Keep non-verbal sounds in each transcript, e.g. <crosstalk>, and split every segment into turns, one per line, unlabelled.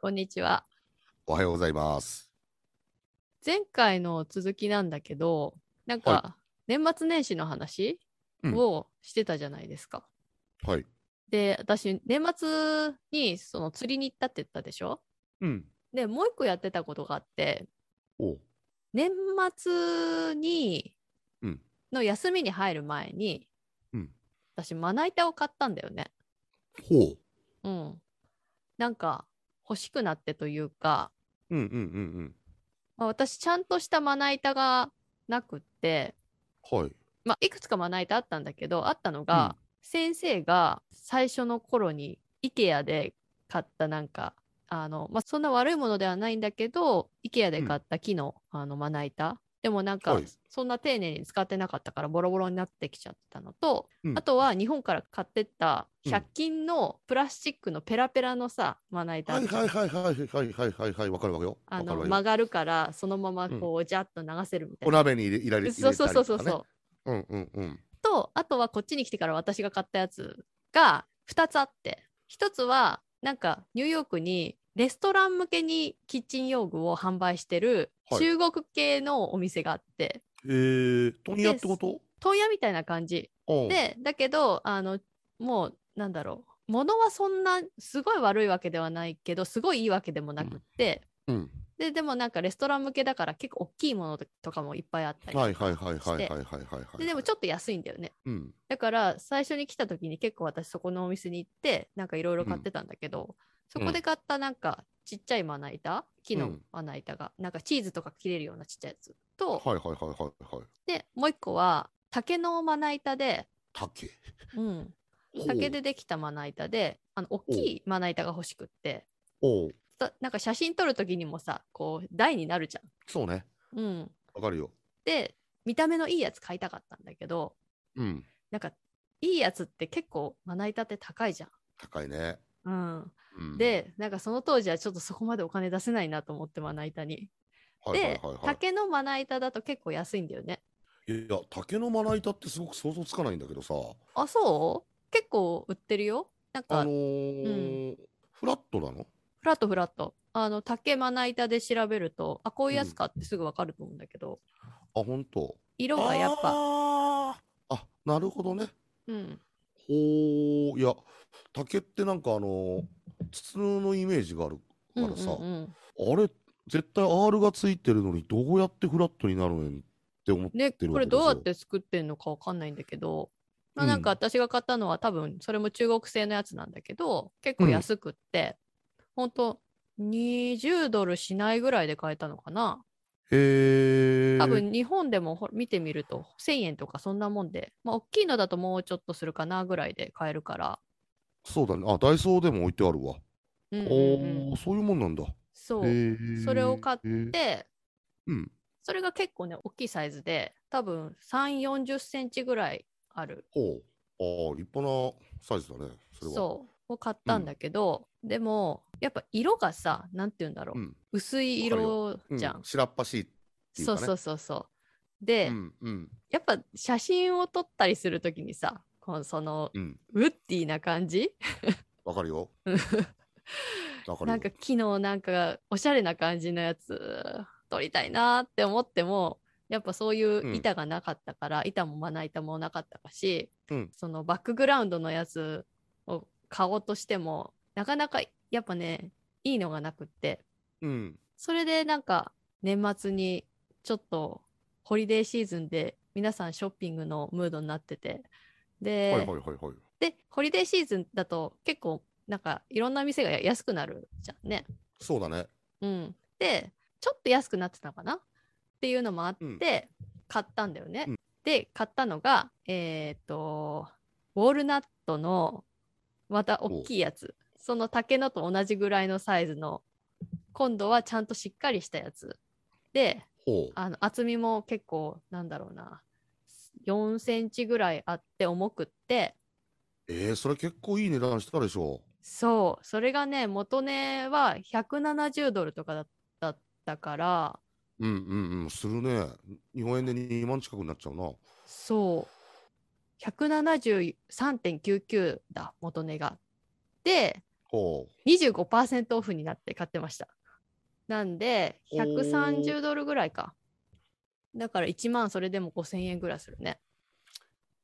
こんにちは。
おはようございます。
前回の続きなんだけど、なんか、年末年始の話
うん
をしてたじゃないですか。
はい。
で、私、年末にその釣りに行ったって言ったでしょ
うん。
で、もう一個やってたことがあって、
おう
年末に、
うん
の休みに入る前に、
うん
私、まな板を買ったんだよね。
ほう。
うん。なんか、欲しくなってというか、
うんうんうん
まあ、私、ちゃんとしたまな板がなくって、
うん。はい。
まあ、いくつかまな板あったんだけどあったのが、先生が最初の頃に IKEA で買ったなんかあの、まあ、そんな悪いものではないんだけど IKEA で買った木の,、あのまな板でもなんか、
はい
そんな丁寧に使ってなかったからボロボロになってきちゃったのと、
うん
あとは日本から買ってった
うん
100均のプラスチックのペラペラのさまな板あ
は
る
い
じゃん
はいはいはいはいはいはいはい。わかるわかるよ。
あ
わか
の
る
曲
わよ。
がるからそのままこうジャッと流せるみたい
お
な。
鍋に入れ入れ入れたりと
そ
か、
う
ね。
そうそうそうそう。
うんうんうん。
とあとはこっちに来てから私が買ったやつが2つあって1つはなんかニューヨークにレストラン向けにキッチン用具を販売してる
はい
中国系のお店があって、
えー、問屋ってこと
問屋みたいな感じ
おう
でだけどあのもうなんだろう物はそんなすごい悪いわけではないけどすごいいいわけでもなくって、
うん。
ででもなんかレストラン向けだから結構大きいものとかもいっぱいあったりとか
はいはいはいはいはい
して
はいはいはい。
ででもち
ょっ
ょっと安いんだよね
と。うん。
だから最初に来た時に結構私そこのお店に行ってなんかいろいろ買ってたんだけど、そこで買ったなんかちっちゃいまな板木
う
の
ん
まな板が、なんかチーズとか切れるようなちっちゃいやつ
はい
と、
はいはいはいはい。
でもう一個は竹のまな板で、
竹。
うん、
ほう
竹で。できたまな板であの大きいまな板が欲しくって
おう
だなんか写真撮る時にもさこう台になるじゃ
そうね。
ん。うん、
わかるよ。
で見た目のいいやつ買いたかったんだけど
うん。
なんかいいやつって結構まな板って高いじゃ
高いね。
ん。うん
うん、
でなんかその当時はちょっとそこまでお金出せないなと思ってまな板に。
はいはい
で
はいはい、
竹のまな板だと結構安いんだよね。
いや、竹のまな板ってすごく想像つかないんだけどさ。
あそう結構売ってるよ。なん
あ
か
のーフラットなの
フラットフラット。あの竹まな板で調べるとあこういうやつかってすぐわかると思うんだけど、
あ、本当。
色がやっぱ
あーあ、なるほどね。
うん
ほう、いや、竹ってなんかあの、筒のイメージがある
うんう
か
ん
らさ、
うん
あれ、絶対 R がついてるのにどうやってフラットになるんって思っ
ね
てる
こ
わ
れ
けですよ
どうやって作ってんのかわかんないんだけど、まあ、
うん
なんか私が買ったのは多分それも中国製のやつなんだけど結構安くって、ほんと20ドルしないぐらいで買えたのかな
へえ。
多分日本でもほ見てみると1000円とかそんなもんで、まあ、大きいのだともうちょっとするかなぐらいで買えるから、
そうだね。あ、ダイソーでも置いてあるわ。
うんうんうん
おお、そういうもんなんだ。
そ
へ
う
ー
それを買っ
へー
で
うん。
それが結構ね大きいサイズで多分3 4 0センチぐらいある
ほう。ああ、立派なサイズだね。それは。
そうを買ったんだけど、でもやっぱ色がさなんて言うんだろう、
ん。
薄い色
う
じゃん、
白っ端いっていう
そ
か
う
ね。
そうそうそうで、
うんうん
やっぱ写真を撮ったりするときにさこのその
うん。
ウッディな感じ
わか
<laughs>
るよ。わかるよ。
なんか木のなんかおしゃれな感じのやつ撮りたいなって思ってもやっぱそういう板がなかったから、板もまな板もなかったし、
うん
そのバックグラウンドのやつを買おうとしてもなかなかやっぱねいいのがなくって
うん。
それでなんか年末にちょっとホリデーシーズンで皆さんショッピングのムードになっててで,、
はいはいはいはい。
でホリデーシーズンだと結構なんかいろんな店が安くなるじゃんね。
そうだね。
うん、でちょっと安くなってたのかなっていうのもあって、
うん
買ったんだよね。
うん
で買ったのがえっ、とウォールナットのまた大きいやつその竹のと同じぐらいのサイズの今度はちゃんとしっかりしたやつで
ほう。
あの厚みも結構なんだろうな4センチぐらいあって重くって
えー、それ結構いい値段したでしょ
そうそれがね元値は170ドルとかだだったから
う。うんうんうん。するね。日本円で2万近くになっちゃうな。
そう。173.99だ、元値が。で、
ほう
25%オフになって買ってました。なんで、
おー
130ドルぐらいか。だから1万それでも5000円ぐらいするね。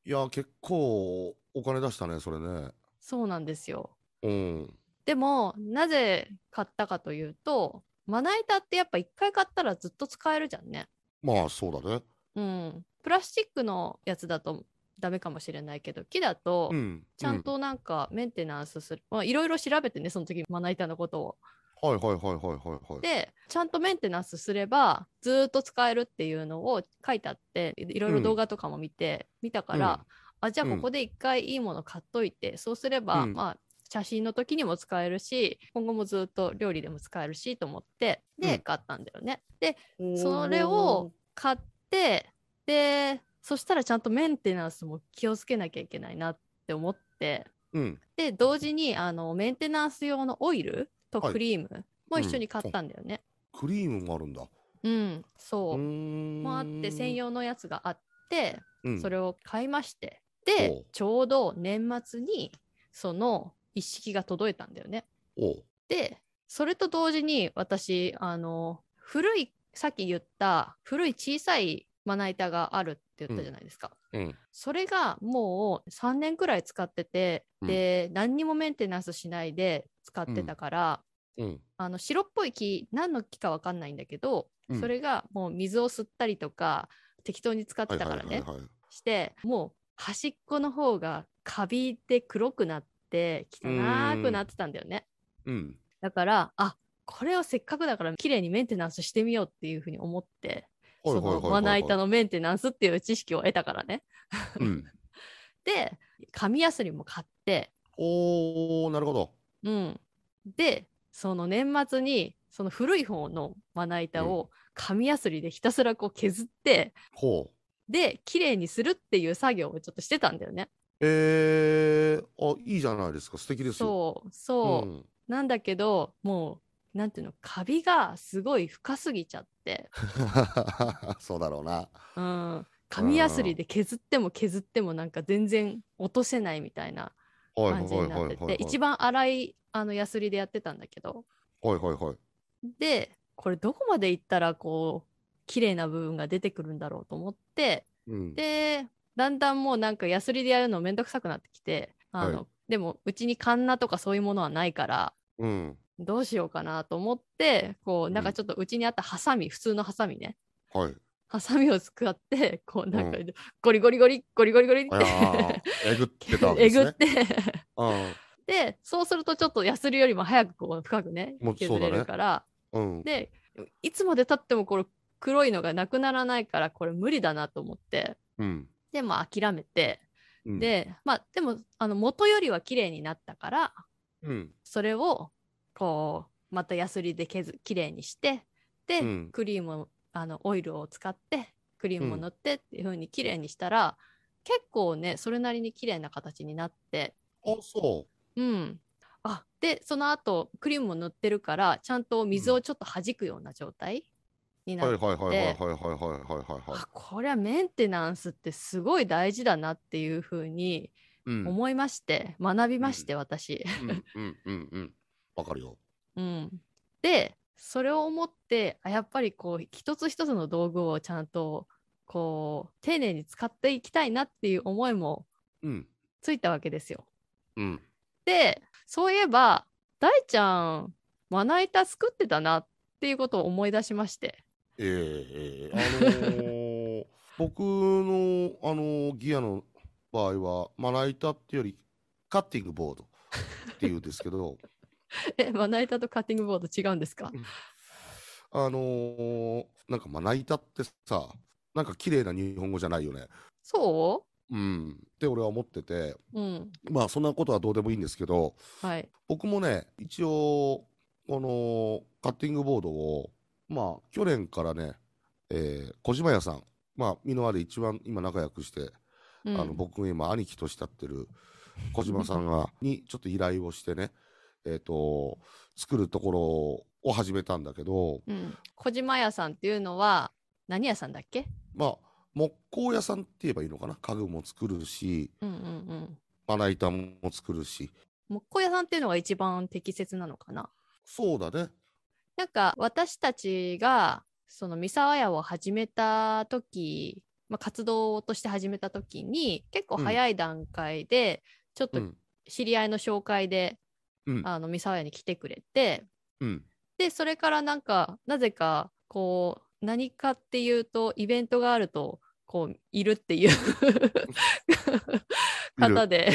いや結構お金出したねそれね
そうなんですよ。
うん
でも、なぜ買ったかというと、まな板ってやっぱ一回買ったらずっと使えるじゃんね。
まあそうだね
うん。プラスチックのやつだとダメかもしれないけど、木だと
うん
ちゃん、となんかメンテナンスする。まあいろいろ調べてね、その時まな板のことを。
うんはいはいはいはいはいはい
でちゃんとメンテナンスすればずーっと使えるっていうのを書いてあっていいろいろ動画とかも見て、見たから、あじゃあここで一回いいもの買っといて、そうすれば、
うん
まあ写真の時にも使えるし今後もずーっと料理でも使えるしと思ってで、
うん
買ったんだよね。で
うん
それを買ってでそしたらちゃんとメンテナンスも気をつけなきゃいけないなって思って。
うん
で同時にあのメンテナンス用のオイルと
はい
クリームも一緒に買ったんだよね。
クリームもあるんだ
うん、そうう。
ーん
もあって専用のやつがあって
うん
それを買いまして、
お
で
う
ちょうど年末にその一式が届いたんだよね。
おう
でそれと同時に私あの古いさっき言った古い小さいまな板があるって言ったじゃないですか。
うん
それがもう3年くらい使ってて、
うん
で何にもメンテナンスしないで使ってたから、
うん
あの白っぽい木何の木かわかんないんだけど、
うん
それがもう水を吸ったりとか適当に使ってたからね、
はいはいはいはい
してもう端っこの方がカビで黒くなって汚くなってたんだよね。
うん
だからあこれをせっかくだから綺麗にメンテナンスしてみようっていうふうに思って、
はいはいはい
そのまな板のメンテナンスっていう知識を得たからね。
うん
で紙やすりも買って、
おーなるほど
うん、でその年末にその古い方のまな板を紙やすりでひたすらこう削って
ほう
で綺麗にするっていう作業をちょっとしてたんだよね。
えー、あいいじゃないですか素敵ですよ
そうそう、
ん
なんだけどもうなんていうのカビがすごい深すぎちゃって、
そうだろうな。
うん、紙やすりで削っても削ってもなんか全然落とせないみたいな
はいはい
感じ
はい
に
はい
なって
はい
て
はい。
一番粗いあのヤスリでやってたんだけど
はいはいはい。
でこれどこまで行ったらこう綺麗な部分が出てくるんだろうと思って
うん、
でだんだんもうなんかヤスリでやるのめんどくさくなってきてあの、
は
でもうちにカンナとかそういうものはないから
うん、
どうしようかなと思ってこう
うん
なんかちょっとうちにあったハサミ普通のハサミね <laughs>
はい。
ハサミを使ってこうなんか
う
ゴリゴリゴリゴリゴリゴリっ
あや
<laughs> て
ーえぐってたわけ
え
です
ぐ
ね。
って
あ
でそうするとちょっとヤスリよりも早くこう深くね
もうそ
削
うだ
れ
ね
るから。
ーうん。
でいつまでたってもこれ黒いのがなくならないからこれ無理だなと思って
うん。
でまあ諦めて、
うん、
でまあでもあの元よりは綺麗になったから
うん、
それをこうまたヤスリで削綺麗にしてで、
うん
クリームをあのオイルを使ってクリームを
うん
塗ってっていう風に綺麗にしたら、結構ねそれなりに綺麗な形になって
あ、そ
うん。あでその後クリームを塗ってるからちゃんと水をちょっと弾くような状態に
う。
なっ
は
て、
いはいはいはいはいはいはいはいはい
あ。これはメンテナンスってすごい大事だなっていうふうに
うん。
思いまして、学びまして私。 <laughs>
うんうんうんうん。わかるよ。
うん、でそれを思ってあやっぱりこう一つ一つの道具をちゃんとこう丁寧に使っていきたいなっていう思いも
うん。
ついたわけですよ。
うん。
でそういえば大ちゃんまな板作ってたなっていうことを思い出しまして <laughs>
ええええあのー、 <laughs> 僕の、あのーギアの場合は、まな板っていうより、カッティングボードっていうんですけ <laughs> ど、
えまな板とカッティングボード違うんですか
あのーなんかまな板ってさ、なんか綺麗な日本語じゃないよね。
そ
うん。って俺は思ってて、
ううん
まあそんなことはどうでもいいんですけど、
はい
僕もね、一応、このカッティングボードを、まあ去年からね、えー小島屋さん、まあ、美濃で一番今仲良くして、
うん
あの僕が今兄貴と慕ってる小島さんがにちょっと依頼をしてね、 <laughs> えっ、と、作るところを始めたんだけど、
うん、小島屋さんっていうのは何屋さんだっけ
まあ、木工屋さんって言えばいいのかな家具も作るし
うんうん
まな板も作るし
木工屋さんっていうのが一番適切なのかな。
そうだね。
なんか私たちがその三沢屋を始めた時、まあ、活動として始めた時に結構早い段階でちょっ
う
と
ん。
知り合いの紹介で、
うん
あの三沢屋に来てくれて
うん。
でそれからなんかなぜかこう何かっていうとイベントがあるとこういるっていう方で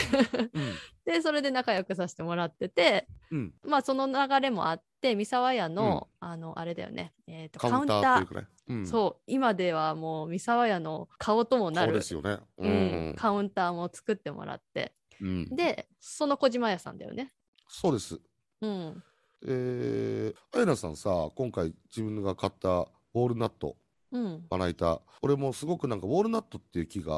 うん。
でそれで仲良くさせてもらってて
うん。
まあその流れもあって三沢屋の、あのあれだよね、えー、と
カ
カウ
ウン
ン
タ
タ
ー
ー
というかね。うん。
そう今ではもう三沢屋の顔ともな
そう
る
ですよね。
う
うんん。
カウンターも作ってもらって
うん、
でその小島屋さんだよね。
そうです。
うん、
えー、あやなさんさ、今回自分が買ったウォールナット、
うん、
まな板、俺もすごくなんかウォールナットっていう木が、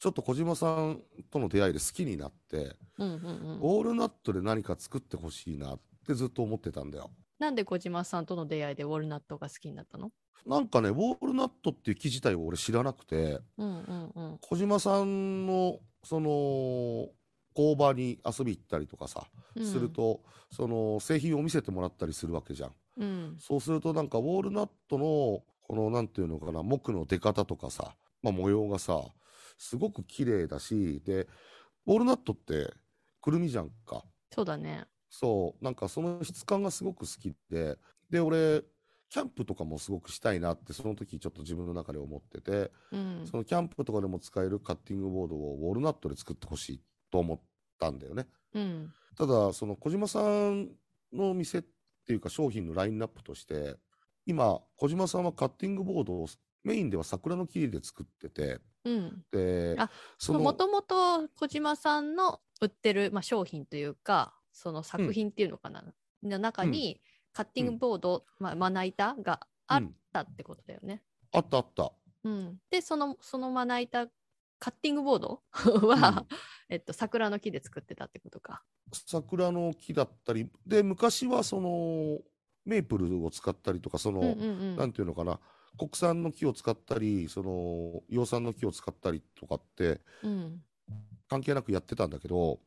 ちょっと小島さんとの出会いで好きになって、
うん、うん
ウ
うん。
ォールナットで何か作ってほしいなってずっと思ってたんだよ。
なんで小島さんとの出会いでウォルナットが好きになったの
なんかね、ウォールナットっていう木自体を俺知らなくて、
うんうんうん
小島さんの、その、工場に遊び行ったりとかさ、
うん。
すると、その、製品を見せてもらったりするわけじゃん。
うん、
そうするとなんかウォールナットのこのなんていうのかな木の出方とかさ、まあ、模様がさすごく綺麗だしでウォールナットってくるみじゃんか
そうだね。
そうなんかその質感がすごく好きでで俺キャンプとかもすごくしたいなってその時ちょっと自分の中で思ってて
うん
そのキャンプとかでも使えるカッティングボードをウォールナットで作ってほしいと思ったんだよね。
うん
ただその小島さんの店っていうか商品のラインナップとして今小島さんはカッティングボードをメインでは桜の木で作ってて
うん。
で
あ
そ
も
の
ともと小島さんの売ってる、まあ、商品というかその作品っていうのかな、の中にカッティングボード、まあ、まな板があっ
うん
たってことだよね。
あったあった
うん、でそのそのまな板カッティングボード
う
は
ん、
えっと、桜の木で作ってたってことか。
桜の木だったりで昔はそのメープルを使ったりとかその、
うんうんう
なん
ん、
ていうのかな国産の木を使ったりその養蚕の木を使ったりとかって
うん
関係なくやってたんだけど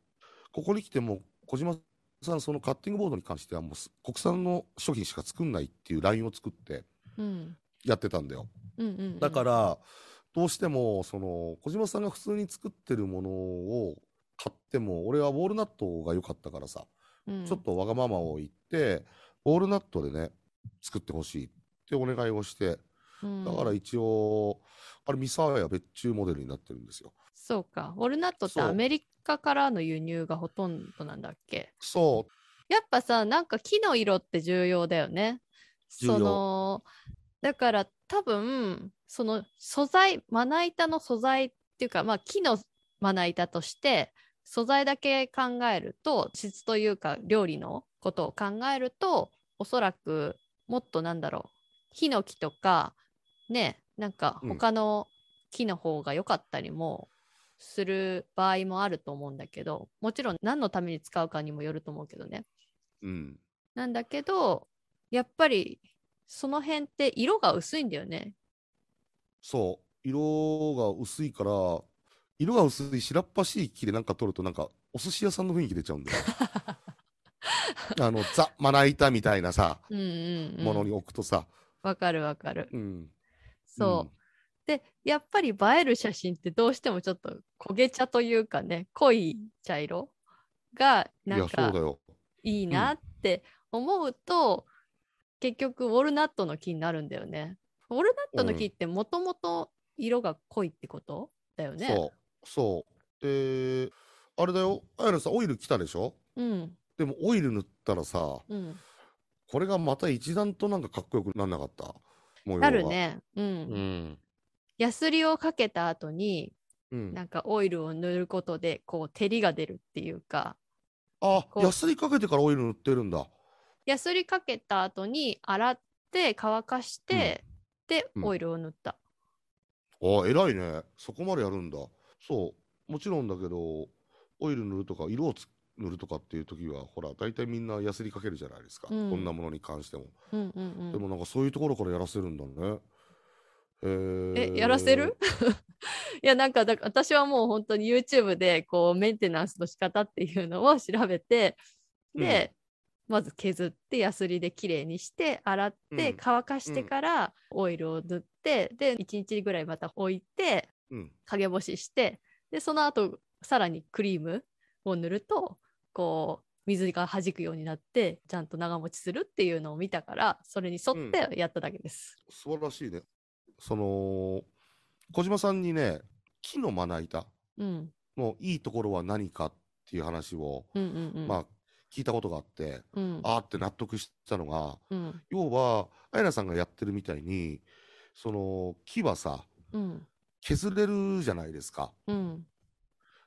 ここに来ても小島さんそのカッティングボードに関してはもうす国産の商品しか作んないっていうラインを作って
うん
やってたんだよ
うんうんうん
だからどうしてもその小島さんが普通に作ってるものを買っても俺はウォールナットが良かったからさ、
うん
ちょっとわがままを言ってウォールナットでね作ってほしいってお願いをして
うん
だから一応、あれ三沢屋別注モデルになってるんですよ
そうかウォルナットって
そう
アメリカからの輸入がほとんどなんだっけ
そう
やっぱさなんか木の色って重要だよね。
重要
そのだから多分その素材まな板の素材っていうか、まあ、木のまな板として素材だけ考えると質というか料理のことを考えるとおそらくもっとなんだろうヒノキとかねなんか
うん
他の木の方が良かったりもする場合もあると思うんだけどもちろん何のために使うかにもよると思うけどね。
うん
なんだけどやっぱりその辺って色が薄いんだよね。
そう色が薄いから色が薄い白っ端い木でなんか取るとなんかお寿司屋さんの雰囲気出ちゃうんだよ
<laughs>
あのザまな板みたいなさ
うんうん、うん。
ものに置くとさ、
わかるわかる。
うん
そう。でやっぱり映える写真ってどうしてもちょっと焦げ茶というかね濃い茶色が
うん、
ない
や
ん
そうだ
か
よ
いいなって思うと、結局ウォルナットの木になるんだよね。ウォルナットの木ってもともと色が濃いってことだよね。
そうそうであれだよあやなさんオイル来たでしょ
うん
でもオイル塗ったらさ
うん、
これがまた一段となんかかっこよくなんなかった模様
な
が
るね。うん
うん
ヤスリをかけた後に
うん
なんかオイルを塗ることでこう照りが出るっていうか
あ
こう
ヤスリかけてからオイル塗ってるんだ
ヤスリかけた後に洗って乾かして、で、
うん
オイルを塗った。
ああ、偉いね。そこまでやるんだ。そう。もちろんだけど、オイル塗るとか、色をつ塗るとかっていう時は、ほら、大体みんなヤスリかけるじゃないですか。
うん
どんなものに関しても。
うんうんうん
でもなんかそういうところからやらせるんだね。えー
え、やらせる <laughs> いや、なんかだから、私はもう本当に YouTube で、こう、メンテナンスの仕方っていうのを調べて、で、まず削って、ヤスリで綺麗にして、洗っ
う
て、
ん
乾かしてから、オイルを塗って、で、1日ぐらいまた置いて、
うん。
陰干しして、で、その後、さらにクリームを塗ると、こう、水が弾くようになって、ちゃんと長持ちするっていうのを見たから、それに沿ってやっただけです。
素晴らしいね。その、小島さんにね、木のまな板
うん。
のいいところは何かっていう話を、
うんうんうん。
まあ、聞いたことがあって、
うん。
あーって納得したのが、
うん。
要は、あやなさんがやってるみたいに、その、木はさ、
うん。
削れるじゃないですか。
うん。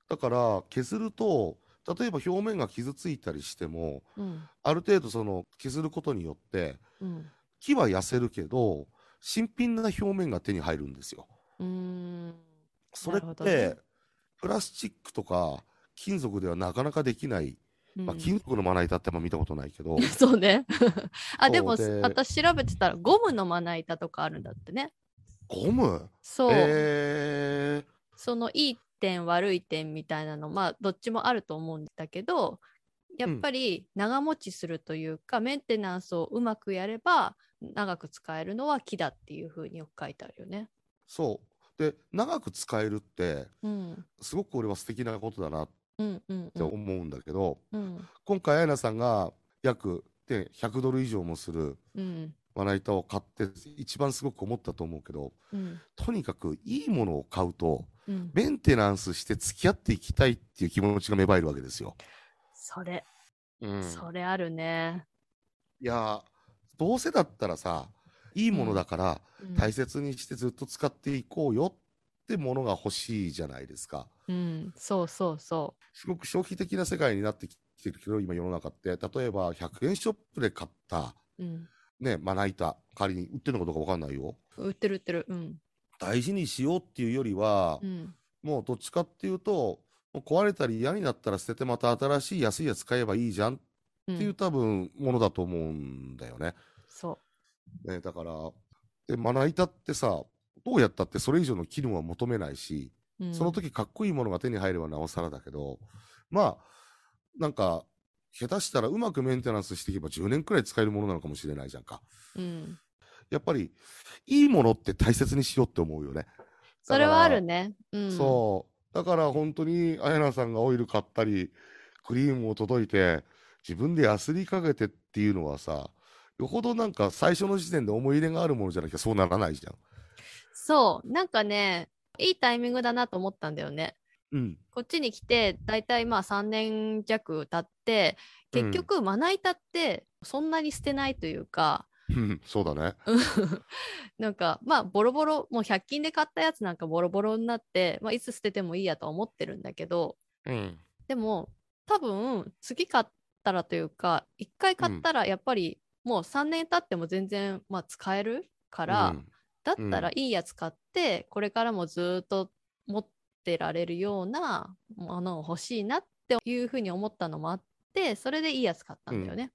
だから、削ると、例えば表面が傷ついたりしても、
うん。
ある程度その、削ることによって、
うん。
木は痩せるけど、新品な表面が手に入るんですよ。
うーん。
それ
なるほ
って、
どね
プラスチックとか金属ではなかなかできない、
うん
まあ、金属のまな板ってあんま見たことないけど
<laughs> そうね。
<laughs>
あ、
そう
でも、
で
私調べてたら、ゴムのまな板とかあるんだってね。
ゴム
そう。
え
そのいい点、悪い点みたいなの、まあ、どっちもあると思うんだけど、やっぱり長持ちするというか、メンテナンスをうまくやれば、長く使えるのは木だっていうふうによく書いてあるよね。
ー、そうで長く使えるって
うん。
すごく俺は素敵なことだなっ
うんうん
て
う
思
ん。
うんだけど、
うん。
今回あやなさんが約で100ドル以上もする
うん。
まな板を買って一番すごく思ったと思うけど
うん。
とにかくいいものを買うと
うん。
メンテナンスして付き合っていきたいっていう気持ちが芽生えるわけですよ。
それ、
うん
それあるね。
いやーどうせだったらさいいものだから
うん
大切にしてずっと使っていこうよってものが欲しいじゃないですか
うん、そうそうそ
すごく消費的な世界になってきてるけど今世の中って例えば100円ショップで買った
う。うん。
ねまな板仮に売ってるのかどうかわかんないよ
売ってる売ってる。うん。
大事にしようっていうよりは、
うん。
もうどっちかっていうともう壊れたり嫌になったら捨ててまた新しい安いやつ買えばいいじゃんっ
う
ていう、
ん、
多分ものだと思うんだよね
そ
ね、だからでまな板ってさどうやったってそれ以上の機能は求めないし、
う。うん、
その時かっこいいものが手に入ればなおさらだけどまあなんか下手したらうまくメンテナンスしていけば10年くらい使えるものなのかもしれないじゃんか
うん。
やっぱりいいものって大切にしようって思うよね、
それはあるね。うん。
そうだから本当にあやなさんがオイル買ったりクリームを届いて自分でやすりかけてっていうのはさよほどなんか最初の時点で思い入れがあるものじゃなきゃそうならないじゃん
そう。なんかね、いいタイミングだなと思ったんだよね。
うん、
こっちに来て、だいたいまあ3年弱経って、結局、まな板ってそんなに捨てないというか、
うんそうだね。
なんか、まあ、ボロボロ、もう100均で買ったやつなんかボロボロになって、まあ、いつ捨ててもいいやとは思ってるんだけど、
うん、
でも多分次買ったらというか一回買ったらやっぱりもう3年経っても全然、まあ、使えるから、だったら
う
いいやつ買ってこれからもずっと持ってられるようなものを欲しいなっていうふうに思ったのもあってそれでいいやつ買ったんだよね。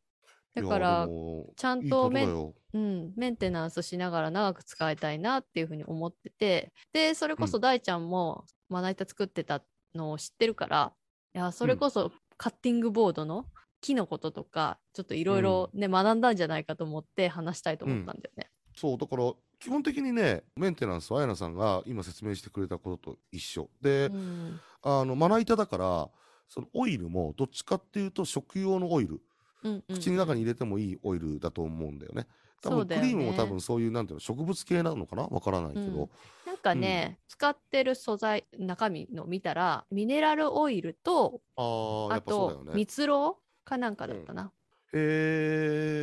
だからちゃんとメンうん、メンテナンスしながら長く使いたいなっていうふうに思っててでそれこそ大ちゃんもまな板作ってたのを知ってるから、いやそれこそカッティングボードの木のこととかちょっといろいろね、学んだんじゃないかと思って話したいと思ったんだよね。
そうだから基本的にねメンテナンスはやなさんが今説明してくれたことと一緒で、
うん
あのまな板だからそのオイルもどっちかっていうと食用のオイル
うんうん
口の中に入れてもいいオイルだと思うんだよね。多
そう
分
だ
ク
よ
リ
ね
ームも多分そういうなんていうの植物系なのかなわからないけ
うん
ど、
なんかね、使ってる素材中身の見たらミネラルオイルと
ああや
あ
っぱそうだ
と
よね。
蜜蝋かなんかだったな。
へ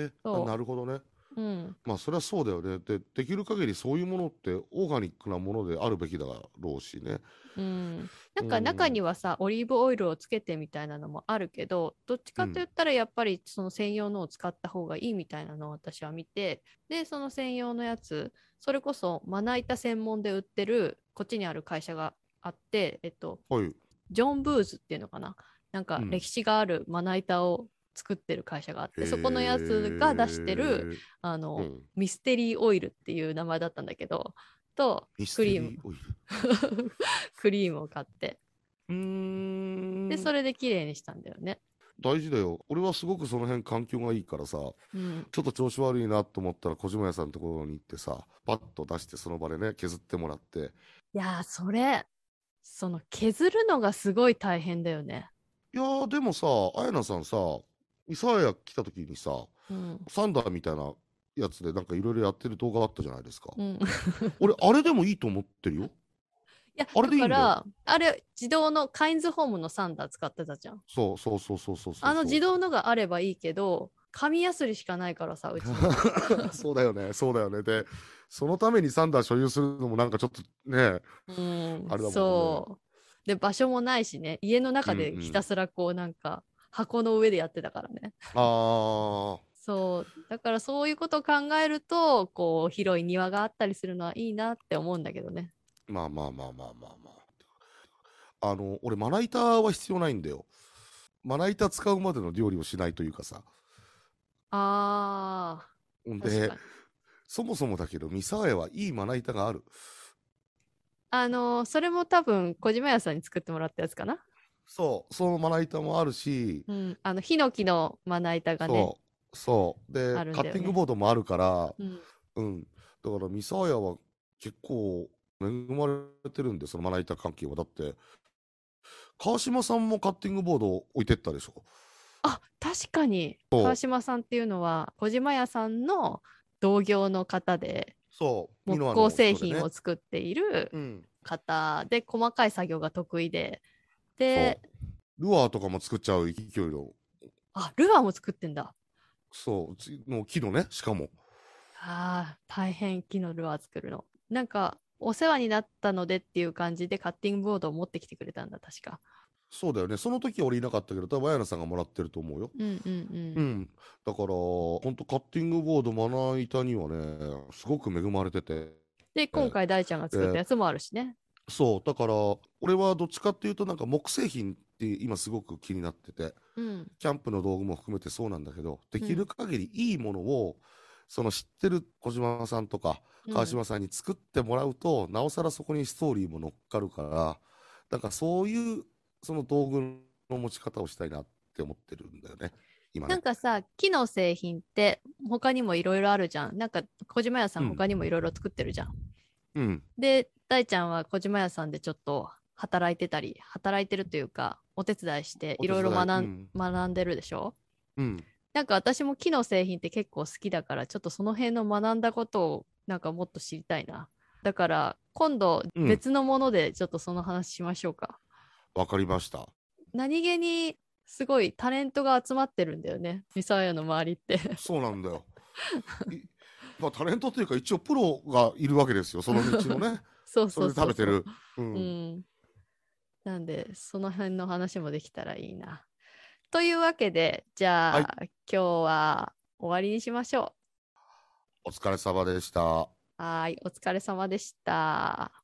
え
そう
なるほどね。
うん
まあそれはそうだよね。でできる限りそういうものってオーガニックなものであるべきだろうしね。
うん、な
う
んんか中にはさ、オリーブオイルをつけてみたいなのもあるけどどっちかって言ったらやっぱりその専用のを使った方がいいみたいなのを私は見てでその専用のやつそれこそまな板専門で売ってるこっちにある会社があって、えっと、
はい。
ジョン・ブーズっていうのかななんか
うん
歴史があるまな板を作ってる会社があって、そこのやつが出してるあの、
へー、うん
ミステリーオイルっていう名前だったんだけどと
ミステ
ク
リ
リー
オイル
<laughs> クリームを買って
うーん
でそれで綺麗にしたんだよね。
大事だよ俺はすごくその辺環境がいいからさ
う
ち
ん、
ょっと調子悪いなと思ったら小島屋さんのところに行ってさパッと出してその場でね削ってもらって
いやーそれその削るのがすごい大変だよね。
いやーでもさ綾菜さんさ諫早来た時にさ
うん
サンダーみたいなやつでなんかいろいろやってる動画あったじゃないですか、
うん、い
俺あれでもいいと思ってるよ
や
あれでいい
だか
んだよ
らあれ自動のカインズホームのサンダー使ってたじゃん。
そうそうそうそうそうそう
あの自動のがあればいいけど紙やすりしかないからさうち
<laughs> <laughs> そうだよねそうだよねでそのためにサンダー所有するのもなんかちょっとね
うん
あれだもんね
そうで場所もないしね家の中で
うんうん
ひたすらこうなんか箱の上でやってたからね
ああ
そうだからそういうことを考えるとこう広い庭があったりするのはいいなって思うんだけどね
まあまあまあまあまあまああの俺まな板は必要ないんだよまな板使うまでの料理をしないというかさ
あ
ほん
ー確
で
かに
そもそもだけど三沢屋はいいまな板がある
あのーそれも多分小島屋さんに作ってもらったやつかな
そうそのまな板もあるし、
うんあのヒノキのまな板がね
そうそうで、
あるんだ
カ
よね
ッティングボードもあるから
うん
うんだから三沢屋は結構恵まれてるんでそのまな板関係はだって川島さんもカッティングボードを置いてったでしょ
あ確かに
そう
川島さんっていうのは小島屋さんの同業の方で
そう
木
美濃
工製
の
品
人
を
でね
作っている
うん
方で細かい作業が得意でで
そうルアーとかも作っちゃう勢いの
あルアーも作ってんだ
そううちの木のねしかも
あー大変木のルアー作るのなんかお世話になったのでっていう感じでカッティングボードを持ってきてくれたんだ確か
そうだよねその時は俺いなかったけど多分綾菜さんがもらってると思うよ
うんうん
う
うん
んだからほんとカッティングボードまな板にはねすごく恵まれてて
で今回大ちゃんが作ったやつもあるしね
そうだから俺はどっちかっていうとなんか木製品って今すごく気になってて
うん
キャンプの道具も含めてそうなんだけどできる限りいいものを、その知ってる小島さんとか
うん
川島さんに作ってもらうと、なおさらそこにストーリーも乗っかるからだからそういうその道具の持ち方をしたいなって思ってるんだよね今
な
ね
んかさ木の製品って他にもいろいろあるじゃんなんか小島屋さん
うん
他にもいろいろ作ってるじゃん、
うん
で大ちゃんは小島屋さんでちょっと働いてたり働いてるというかお手伝いしていろいろ学ん,、
お手伝い
学んでるでしょ
うん
なんか私も木の製品って結構好きだからちょっとその辺の学んだことをなんかもっと知りたいなだから今度
うん
別のものでちょっとその話しましょうか、
わかりました
何気にすごいタレントが集まってるんだよねミサヤの周りって <laughs>
そうなんだよいまあタレントというか一応プロがいるわけですよその道のね
そう <laughs> そう
それで
そう
食べてるう、
うんん、なんでその辺の話もできたらいいな。というわけでじゃあ、
はい
今日は終わりにしましょ
お疲れ様でした
う。はーいお疲れ様でした。